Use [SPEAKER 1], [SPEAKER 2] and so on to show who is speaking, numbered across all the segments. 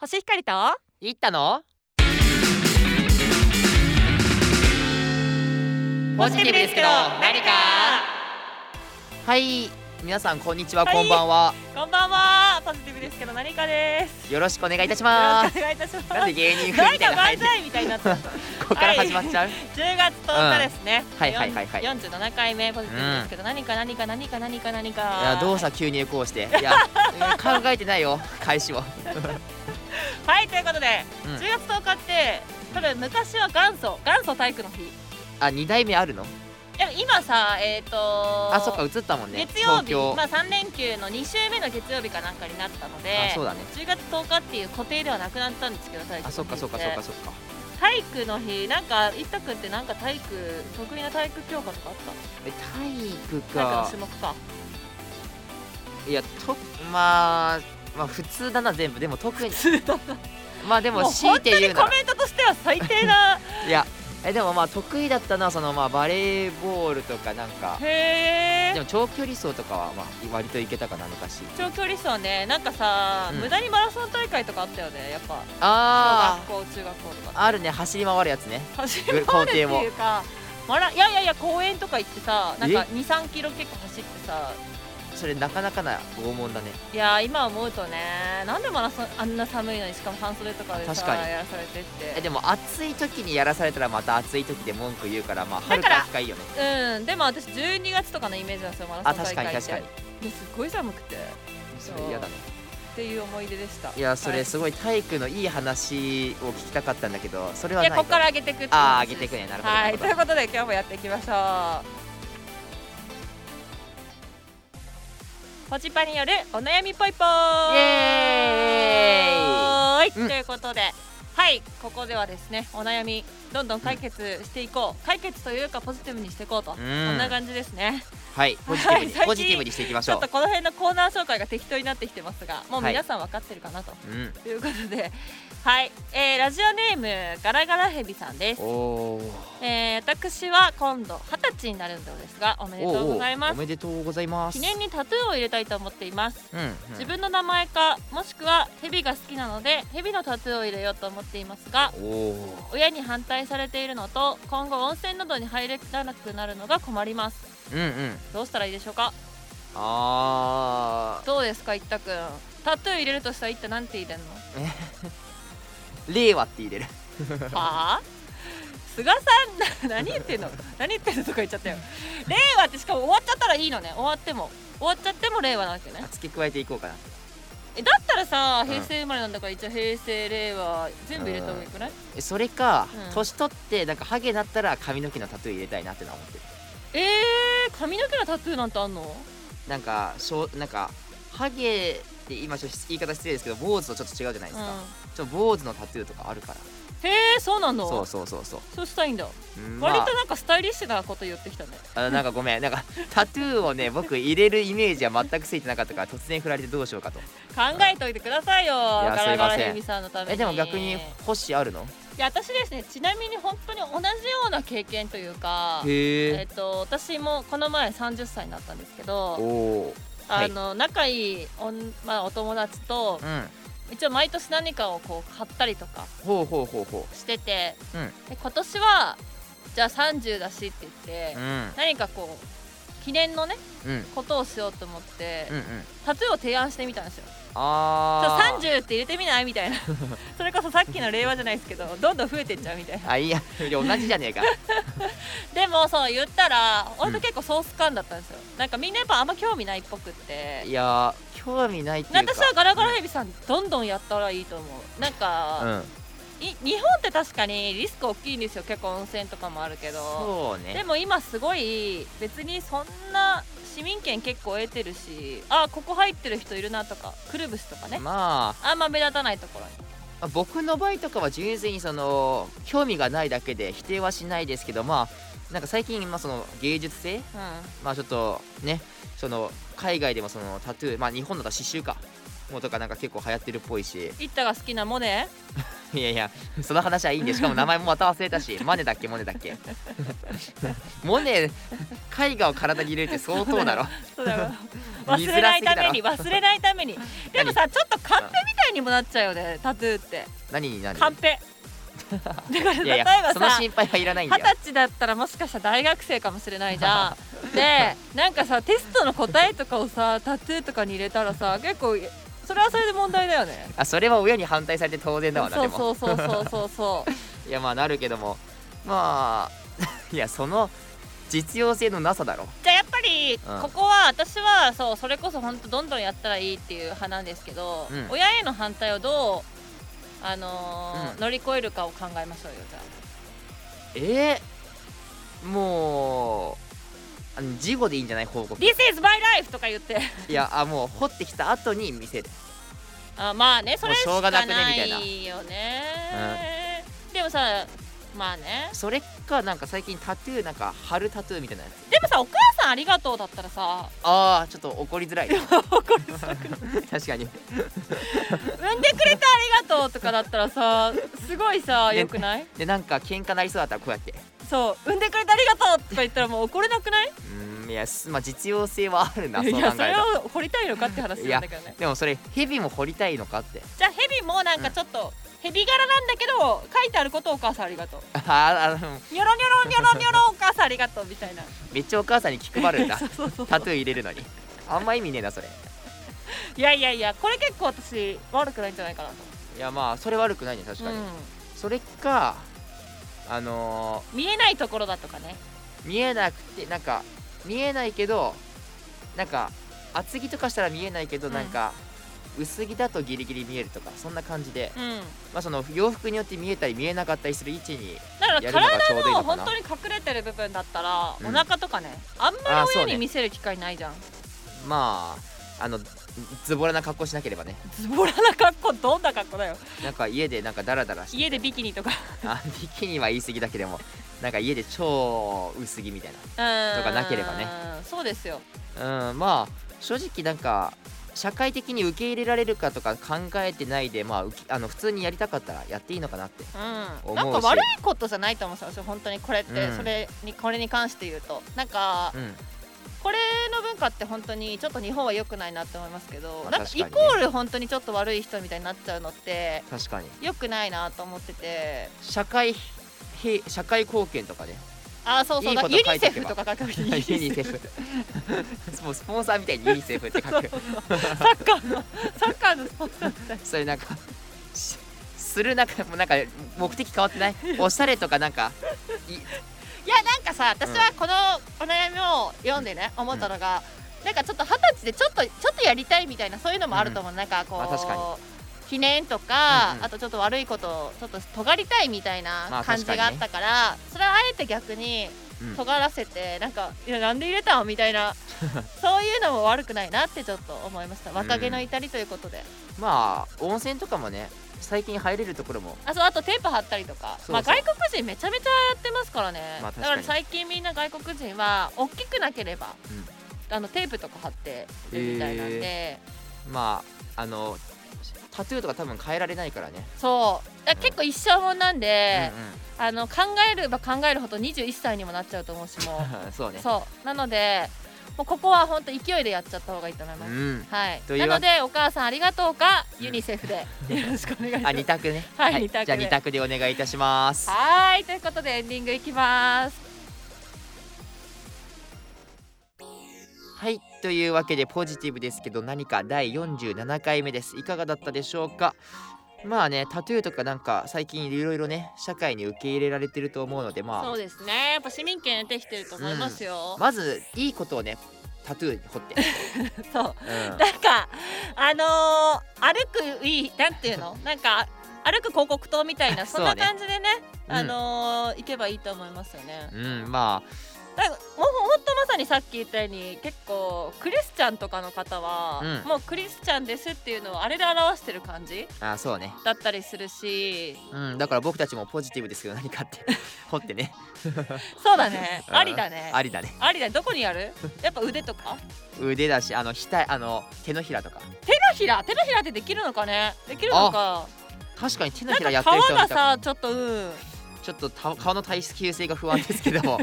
[SPEAKER 1] 星光と
[SPEAKER 2] 行ったの
[SPEAKER 1] ポジティブですけど何か
[SPEAKER 2] はい皆さんこんにちは、
[SPEAKER 1] はい
[SPEAKER 2] こんばんは
[SPEAKER 1] こんばんはポジティブですけど何かです
[SPEAKER 2] よろしくお願いいたし
[SPEAKER 1] よ
[SPEAKER 2] ま
[SPEAKER 1] ろしく
[SPEAKER 2] す
[SPEAKER 1] お願いいたします
[SPEAKER 2] なんで芸人風
[SPEAKER 1] 何
[SPEAKER 2] みた
[SPEAKER 1] か
[SPEAKER 2] いな入
[SPEAKER 1] 万
[SPEAKER 2] りで
[SPEAKER 1] 歳みたいになっち ゃった
[SPEAKER 2] ここから始まっ ちゃう、
[SPEAKER 1] 10月10日ですね、
[SPEAKER 2] んはいはいはいはい
[SPEAKER 1] 四十七回目ポジティブですけど、何か何か何か何か何か
[SPEAKER 2] い、やどうした急にエコーして いや考えてないよ開始を
[SPEAKER 1] はいということで、
[SPEAKER 2] うん
[SPEAKER 1] 10月10日って多分昔は元祖元祖体育の日
[SPEAKER 2] あ二代目あるの
[SPEAKER 1] でも今さえっ、と
[SPEAKER 2] あそっか映ったもんね
[SPEAKER 1] 月曜
[SPEAKER 2] 東
[SPEAKER 1] 日、
[SPEAKER 2] 京、
[SPEAKER 1] まあ、3連休の2週目の月曜日かなんかになったので
[SPEAKER 2] あそうだね
[SPEAKER 1] 10月10日っていう固定ではなくなったんですけど体育の日
[SPEAKER 2] あそっかそっかそっかそっか
[SPEAKER 1] 体育の日なんか一太くんってなんか体育得意な体育教科とかあった
[SPEAKER 2] え体育
[SPEAKER 1] 体
[SPEAKER 2] か
[SPEAKER 1] 育の種目か
[SPEAKER 2] いやとまあまあ普通だな全部でも特に
[SPEAKER 1] 普通だな
[SPEAKER 2] まあで
[SPEAKER 1] も
[SPEAKER 2] も
[SPEAKER 1] う
[SPEAKER 2] 強
[SPEAKER 1] 本
[SPEAKER 2] い
[SPEAKER 1] 当
[SPEAKER 2] て言
[SPEAKER 1] に
[SPEAKER 2] うな
[SPEAKER 1] コ
[SPEAKER 2] ら
[SPEAKER 1] メントとしては最低 な
[SPEAKER 2] いやえでもまあ得意だったのはそのまあバレーボールとかなんか
[SPEAKER 1] へ
[SPEAKER 2] で
[SPEAKER 1] え
[SPEAKER 2] も長距離走とかはまあ割といけたかな昔
[SPEAKER 1] 長距離走ねなんかさ、
[SPEAKER 2] うん
[SPEAKER 1] 無駄にマラソン大会とかあったよねやっぱ
[SPEAKER 2] あ
[SPEAKER 1] 小学校中学校と
[SPEAKER 2] あ
[SPEAKER 1] か
[SPEAKER 2] あるね走り回るやつね
[SPEAKER 1] 走り回るっていうかマラいやいやいや公園とか行ってさなんか23キロ結構走ってさ
[SPEAKER 2] それなかなかな拷問だね
[SPEAKER 1] いやー今思うとねなんでマラソンあんな寒いのにしかも半袖とかで
[SPEAKER 2] 確
[SPEAKER 1] さ
[SPEAKER 2] かに
[SPEAKER 1] やらされてって
[SPEAKER 2] えでも暑い時にやらされたらまた暑い時で文句言うからまあ
[SPEAKER 1] だ
[SPEAKER 2] 春
[SPEAKER 1] か
[SPEAKER 2] かららがいいよね
[SPEAKER 1] うんでも私12月とかのイメージなんですよマ
[SPEAKER 2] あ
[SPEAKER 1] ラソン
[SPEAKER 2] 確
[SPEAKER 1] 大
[SPEAKER 2] かに
[SPEAKER 1] 会って
[SPEAKER 2] 確かに
[SPEAKER 1] ですっごい寒くてっ
[SPEAKER 2] それ嫌だね
[SPEAKER 1] ていう思い出でした
[SPEAKER 2] いやそ
[SPEAKER 1] は
[SPEAKER 2] れすごい体育のいい話を聞きたかったんだけどそれはいない
[SPEAKER 1] や
[SPEAKER 2] と
[SPEAKER 1] ここから上げていくっていう
[SPEAKER 2] ああ
[SPEAKER 1] 話
[SPEAKER 2] 上げていくねなるほどな
[SPEAKER 1] は
[SPEAKER 2] る
[SPEAKER 1] い
[SPEAKER 2] ほ
[SPEAKER 1] と
[SPEAKER 2] ど
[SPEAKER 1] いうことで今日もやっていきましょうポチパによるお悩みぽいぽー
[SPEAKER 2] イエ
[SPEAKER 1] ーい、
[SPEAKER 2] うん
[SPEAKER 1] ということではいここではですねお悩みどんどん解決していこう、解決というかポジティブにしていこうと、
[SPEAKER 2] ん
[SPEAKER 1] こんな感じですね
[SPEAKER 2] はいポジティブに
[SPEAKER 1] はい
[SPEAKER 2] ポジティブにしていきまし
[SPEAKER 1] ちょ
[SPEAKER 2] ょ
[SPEAKER 1] っとこの辺のコーナー紹介が適当になってきてますがもう
[SPEAKER 2] はい
[SPEAKER 1] 皆さん分かってるかなと、
[SPEAKER 2] ううん
[SPEAKER 1] ということではい、えーラジオネームガラガラヘビさんです
[SPEAKER 2] おお
[SPEAKER 1] えー私は今度二十歳になるのですがおめでとうございま
[SPEAKER 2] お
[SPEAKER 1] す
[SPEAKER 2] めでとうございます
[SPEAKER 1] 記念にタトゥーを入れたいと思っています
[SPEAKER 2] うんうん
[SPEAKER 1] 自分の名前かもしくはヘビが好きなのでヘビのタトゥーを入れようと思っていますが
[SPEAKER 2] おお
[SPEAKER 1] 親に反対されているのと今後温泉などに入れなくなるのが困ります
[SPEAKER 2] うんうん
[SPEAKER 1] どうしたらいいでしょうか
[SPEAKER 2] あ
[SPEAKER 1] どうですか一太くんタトゥー入れるとしたら一太なんて入れるの
[SPEAKER 2] ー令和って入れ る
[SPEAKER 1] はあ菅さん な何言ってんの何言ってんのとか言っちゃった よ令和ってしかも終わっちゃったらいいのね終わっても終わっちゃっても令和なわけね
[SPEAKER 2] あ付け加えていこうかな
[SPEAKER 1] えだったらさ
[SPEAKER 2] うん
[SPEAKER 1] 平成生まれなんだから一応平成令和全部入れた方がいいくない
[SPEAKER 2] えそれか、
[SPEAKER 1] うん
[SPEAKER 2] 年取ってなんかハゲになったら髪の毛のタトゥー入れたいなってのは思ってる
[SPEAKER 1] えー、髪の毛のタトゥーなんてあんの
[SPEAKER 2] なんかしょうなんかハゲって今ちょっと言い方失礼ですけど坊主とちょっと違うじゃないですか、
[SPEAKER 1] う
[SPEAKER 2] ちょっと坊主のタトゥーとかあるから
[SPEAKER 1] んへえそうなの
[SPEAKER 2] そうそうそうそう
[SPEAKER 1] そうしたいんだ、
[SPEAKER 2] うん
[SPEAKER 1] 割
[SPEAKER 2] ま
[SPEAKER 1] となんかスタイリッシュなこと言ってきたね
[SPEAKER 2] ああなんかごめんなんかタトゥーをね僕入れるイメージは全くついてなかったから突然振られてどうしようかと
[SPEAKER 1] 考えておいてくださいよ
[SPEAKER 2] や
[SPEAKER 1] ガラガラ
[SPEAKER 2] すいません
[SPEAKER 1] ヘビさんのために
[SPEAKER 2] えでも逆に
[SPEAKER 1] い
[SPEAKER 2] 星あるの
[SPEAKER 1] や私ですねちなみに本当に同じような経験というか
[SPEAKER 2] へ
[SPEAKER 1] え
[SPEAKER 2] え
[SPEAKER 1] っと私もこの前30歳になったんですけど
[SPEAKER 2] おお
[SPEAKER 1] あの、仲いいお,、まあ、お友達と
[SPEAKER 2] うん
[SPEAKER 1] 一応毎年何かをこう買ったりとか
[SPEAKER 2] ほうほうほうほ
[SPEAKER 1] してて、
[SPEAKER 2] うん
[SPEAKER 1] で今年はじゃあ30だしって言って、
[SPEAKER 2] ううん
[SPEAKER 1] 何かこう記念のね
[SPEAKER 2] うん
[SPEAKER 1] ことをしようと思って、
[SPEAKER 2] うんうん
[SPEAKER 1] タトゥーを提案してみたんですよ「ちょ
[SPEAKER 2] ああ
[SPEAKER 1] 30って入れてみない?」みたいな それこそさっきの令和じゃないですけどどんどん増えてっちゃうみ たいな
[SPEAKER 2] あいいやいや同じじゃね えか
[SPEAKER 1] でもそう言ったら俺
[SPEAKER 2] う
[SPEAKER 1] と
[SPEAKER 2] ん
[SPEAKER 1] 結構ソース感だったんですよなんかみんなやっぱあんま興味ないっぽくって
[SPEAKER 2] いやー興味ないっていうか
[SPEAKER 1] 私はガラガラヘビさんどんどんやったらいいと思うなん
[SPEAKER 2] う
[SPEAKER 1] か、
[SPEAKER 2] ん
[SPEAKER 1] い日本って確かにリスク大きいんですよ結構温泉とかもあるけど
[SPEAKER 2] そう
[SPEAKER 1] で
[SPEAKER 2] ね
[SPEAKER 1] も今すごい別にそんな市民権結構得てるしあここ入ってる人いるなとかくるぶしとかね
[SPEAKER 2] ま
[SPEAKER 1] あんま目立たないところに
[SPEAKER 2] あ僕の場合とかは純粋にその興味がないだけで否定はしないですけどまあなんか最近まあその芸術性
[SPEAKER 1] う
[SPEAKER 2] まあちょっとねその海外でもそのタトゥーまあ日本だと刺繍かもうとかなんか結構流行ってるっぽいし
[SPEAKER 1] んイッタが好きなモネ
[SPEAKER 2] いやいやその話はいいんでしかも名前もまた忘れたしマネだっけモネだっけモネ絵画を体に入れるって相当だろ
[SPEAKER 1] そうだよ 忘れないために忘れないためにでもさちょっとカンペみたいにもなっちゃうよねタトゥーって
[SPEAKER 2] 何に何
[SPEAKER 1] カン ペだから
[SPEAKER 2] いやいや
[SPEAKER 1] 例えば
[SPEAKER 2] その
[SPEAKER 1] さ
[SPEAKER 2] 心配はいらないん
[SPEAKER 1] 二
[SPEAKER 2] だよ
[SPEAKER 1] 十歳だったらもしかしたら大学生かもしれないじゃ んでなんかさテストの答えとかをさタトゥーとかに入れたらさ結構それはそれで問題だよね
[SPEAKER 2] あそれは親に反対されて当然だわな
[SPEAKER 1] そ
[SPEAKER 2] で
[SPEAKER 1] う
[SPEAKER 2] も
[SPEAKER 1] そうそうそうそうそう
[SPEAKER 2] いやまあなるけどもまあ いやその実用性のなさだろ
[SPEAKER 1] じゃあやっぱり
[SPEAKER 2] うん
[SPEAKER 1] ここは私はそうそれこそ本当どんどんやったらいいっていう派なんですけど、
[SPEAKER 2] うん
[SPEAKER 1] 親への反対をどう、あのー
[SPEAKER 2] うん
[SPEAKER 1] 乗り越えるかを考えましょうよじゃ
[SPEAKER 2] えー、もうあの事後でいいんじゃない報
[SPEAKER 1] あ「
[SPEAKER 2] 告
[SPEAKER 1] This is my life」とか言って
[SPEAKER 2] いやあもう掘ってきた後に見せる
[SPEAKER 1] あまあねそれ
[SPEAKER 2] もう
[SPEAKER 1] し
[SPEAKER 2] しょ
[SPEAKER 1] か
[SPEAKER 2] うがなくね
[SPEAKER 1] な
[SPEAKER 2] みたいない
[SPEAKER 1] よね、でもさまあね
[SPEAKER 2] それかなんか最近タトゥーなんか貼るタトゥーみたいなやつ
[SPEAKER 1] でもさお母さんありがとうだったら さ
[SPEAKER 2] ああちょっと怒りづらい
[SPEAKER 1] 怒り
[SPEAKER 2] 確かに
[SPEAKER 1] 産んでくれてありがとうとかだったらさすごいさ
[SPEAKER 2] ね
[SPEAKER 1] よくない
[SPEAKER 2] でなんか喧嘩なりそうだったらこうやって
[SPEAKER 1] そう産んでくれてありがとうとか言ったらもう怒れなくないう
[SPEAKER 2] ーんいやすまあ実用性はあるないそう考
[SPEAKER 1] や
[SPEAKER 2] え
[SPEAKER 1] そ
[SPEAKER 2] た
[SPEAKER 1] れ
[SPEAKER 2] ら
[SPEAKER 1] を掘りたいのかって話なんだけどね
[SPEAKER 2] でもそれヘビも掘りたいのかって
[SPEAKER 1] じゃあヘビもなんかちょっとヘビ柄なんだけど書いてあることをお母さんありがとう
[SPEAKER 2] あーあの
[SPEAKER 1] ニョロニョロニョロニョロお母さんありがとうみたいな
[SPEAKER 2] めっちゃお母さんに気配るんだ
[SPEAKER 1] そうそう
[SPEAKER 2] タトゥー入れるのにあんま意味ねえなそれ
[SPEAKER 1] いやいやいやこれ結構私悪くないんじゃないかなと
[SPEAKER 2] いやまあそれ悪くないね確かに、
[SPEAKER 1] う
[SPEAKER 2] それかあの
[SPEAKER 1] ん見えないところだとかね
[SPEAKER 2] ー見えなくてなんか見えないけどなんか厚着とかしたら見えないけど、
[SPEAKER 1] うん
[SPEAKER 2] なんか薄着だとギリギリ見えるとかそんな感じで、
[SPEAKER 1] うん
[SPEAKER 2] まあ、その洋服によって見えたり見えなかったりする位置 に
[SPEAKER 1] だから
[SPEAKER 2] やるのがちょうどいい
[SPEAKER 1] 体の
[SPEAKER 2] のか
[SPEAKER 1] 本
[SPEAKER 2] な
[SPEAKER 1] 当に隠れてる部分だったら
[SPEAKER 2] うん
[SPEAKER 1] お腹とかねあんま
[SPEAKER 2] あー
[SPEAKER 1] り
[SPEAKER 2] そう
[SPEAKER 1] 親
[SPEAKER 2] ね
[SPEAKER 1] に見せる機会ないじゃん
[SPEAKER 2] まああのズボラな格好しなければね
[SPEAKER 1] ズボラな格好どんな格好だよ
[SPEAKER 2] なんか家でなんかダラダラして
[SPEAKER 1] 家でビキニとか
[SPEAKER 2] あビキニは言い過ぎだけどもなんか家で超薄着みたいな
[SPEAKER 1] とか
[SPEAKER 2] なければね
[SPEAKER 1] そうですよ
[SPEAKER 2] うんまあ正直なんか社会的に受け入れられるかとか考えてないでまあうきあの普通にやりたかったらやっていいのかなって
[SPEAKER 1] う
[SPEAKER 2] 思
[SPEAKER 1] ん、
[SPEAKER 2] うし
[SPEAKER 1] なんか悪いことじゃないと思うんですよ本当にこれって、
[SPEAKER 2] うん
[SPEAKER 1] それにこれに関して言うとなんか
[SPEAKER 2] うん
[SPEAKER 1] これの文化って本当にちょっと日本は良くないなって思いますけど、
[SPEAKER 2] ま
[SPEAKER 1] な
[SPEAKER 2] あ
[SPEAKER 1] んか
[SPEAKER 2] 確
[SPEAKER 1] イ
[SPEAKER 2] かにね
[SPEAKER 1] コール本当にちょっと悪い人みたいになっちゃうのって
[SPEAKER 2] 確かに
[SPEAKER 1] 良くないなと思ってて
[SPEAKER 2] 社会へ社会貢献とかね
[SPEAKER 1] あーそうそう
[SPEAKER 2] いい
[SPEAKER 1] だ
[SPEAKER 2] こと
[SPEAKER 1] ユニ
[SPEAKER 2] 書い
[SPEAKER 1] セ
[SPEAKER 2] てけ
[SPEAKER 1] フ
[SPEAKER 2] ば
[SPEAKER 1] とか書く
[SPEAKER 2] ユニセフ もうスポンサーみたいにユニセフって書く
[SPEAKER 1] サッカーのサッカーのスポンサーみたい
[SPEAKER 2] それなんかしする中もうなんか目的変わっ てないおしゃれとかなんかい
[SPEAKER 1] いやなんかさ私はこのお悩みを読んでね、思ったのが、なんかちょっと二十歳でちょっとちょっとやりたいみたいなそういうのもあると思う、なんかこう、
[SPEAKER 2] まあ確かに
[SPEAKER 1] 記念とか、
[SPEAKER 2] うんうん
[SPEAKER 1] あとちょっと悪いことをちょっと尖りたいみたい
[SPEAKER 2] ま
[SPEAKER 1] な
[SPEAKER 2] あ
[SPEAKER 1] 感じがあったから、それはあえて逆に
[SPEAKER 2] うん
[SPEAKER 1] 尖らせて、なんかいやなんで入れたのみたい なそういうのも悪くないなってちょっと思いました若気の至りということで、
[SPEAKER 2] まあ温泉とかもね最近入れるところも
[SPEAKER 1] あそうあとテープ貼ったりとか
[SPEAKER 2] そうそう
[SPEAKER 1] まあ、外国人めちゃめちゃやってますからね、
[SPEAKER 2] まあ確か
[SPEAKER 1] だ
[SPEAKER 2] に
[SPEAKER 1] から最近みんな外国人は大きくなければ、
[SPEAKER 2] うん
[SPEAKER 1] あのテープとか貼ってるみたいなんで、
[SPEAKER 2] まああのタトゥーとか多分変えられないからね、
[SPEAKER 1] そうだから結構一生もんなんで、
[SPEAKER 2] うんうん
[SPEAKER 1] あの考えれば考えるほど21歳にもなっちゃうと思うしも
[SPEAKER 2] そう
[SPEAKER 1] う
[SPEAKER 2] ね。
[SPEAKER 1] そうなのでもうここは本当勢いでやっちゃった方がいいと思いま
[SPEAKER 2] う
[SPEAKER 1] す、
[SPEAKER 2] ん。
[SPEAKER 1] はい
[SPEAKER 2] という
[SPEAKER 1] な
[SPEAKER 2] わ
[SPEAKER 1] のでお母さんありがとうか、
[SPEAKER 2] うん
[SPEAKER 1] ユニセフでよろしくお願いします
[SPEAKER 2] あ、二択ね。
[SPEAKER 1] はい二択で
[SPEAKER 2] じゃあ二択でお願いいたします。
[SPEAKER 1] はーいということでエンディングいきます
[SPEAKER 2] はい。というわけでポジティブですけど何か第47回目です。いかがだったでしょうかまあね、タトゥーとかなんか最近いろいろね、社会に受け入れられてると思うので、ま
[SPEAKER 1] そうですねやっぱ市民権得てきてると思いますよ、
[SPEAKER 2] あ、 まずいいことをね、タトゥーに彫って。
[SPEAKER 1] そう
[SPEAKER 2] う
[SPEAKER 1] な
[SPEAKER 2] ん
[SPEAKER 1] んかあのー歩くいいなんていうのなんか歩く広告塔みたいなそん
[SPEAKER 2] そ
[SPEAKER 1] な
[SPEAKER 2] うね
[SPEAKER 1] 感じでね
[SPEAKER 2] うん
[SPEAKER 1] あのー行けばいいと思いますよね。
[SPEAKER 2] うん、ま
[SPEAKER 1] だからもうほんとまさにさっき言ったように結構クリスチャンとかの方は、
[SPEAKER 2] うん
[SPEAKER 1] もうクリスチャンですっていうのをあれで表してる感じ
[SPEAKER 2] あ、あそうね。
[SPEAKER 1] だったりするし
[SPEAKER 2] うん、だから僕たちもポジティブですけど何かって 彫ってね。
[SPEAKER 1] そうだね
[SPEAKER 2] う ん
[SPEAKER 1] ありだね
[SPEAKER 2] ありだね。
[SPEAKER 1] ありだねどこにやるやっぱ腕とか
[SPEAKER 2] 腕だし、あの、額、あの、手のひらとか。
[SPEAKER 1] 手のひら手のひらってできるのかねできるのか
[SPEAKER 2] 確かに手の
[SPEAKER 1] なん
[SPEAKER 2] ひらや
[SPEAKER 1] か
[SPEAKER 2] ってる人
[SPEAKER 1] 皮
[SPEAKER 2] 見た
[SPEAKER 1] がさちょっとうん
[SPEAKER 2] ちょっとた顔の耐久性が不安ですけども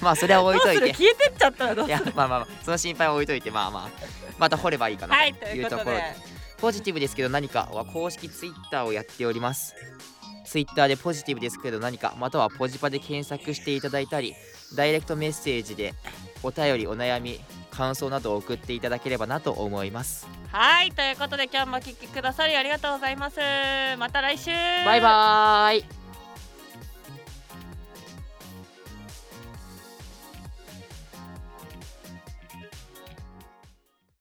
[SPEAKER 2] まあそれは置
[SPEAKER 1] ど
[SPEAKER 2] い
[SPEAKER 1] う
[SPEAKER 2] と い
[SPEAKER 1] する
[SPEAKER 2] て
[SPEAKER 1] 消えてっちゃったらどう
[SPEAKER 2] い
[SPEAKER 1] する
[SPEAKER 2] やまあまあまあその心配は置いといてまあまあまた掘ればいいかな
[SPEAKER 1] はいと
[SPEAKER 2] と
[SPEAKER 1] い
[SPEAKER 2] いうう
[SPEAKER 1] ことと
[SPEAKER 2] こ
[SPEAKER 1] で
[SPEAKER 2] ろでポジティブですけど何かは公式ツイッターをやっておりますツイッターでポジティブですけど何かまたはポジパで検索していただいたりダイレクトメッセージでお便りお悩み感想などを送っていただければなと思います
[SPEAKER 1] はいということで今日もお聞きくださりありがとうございますまた来週
[SPEAKER 2] バイバーイ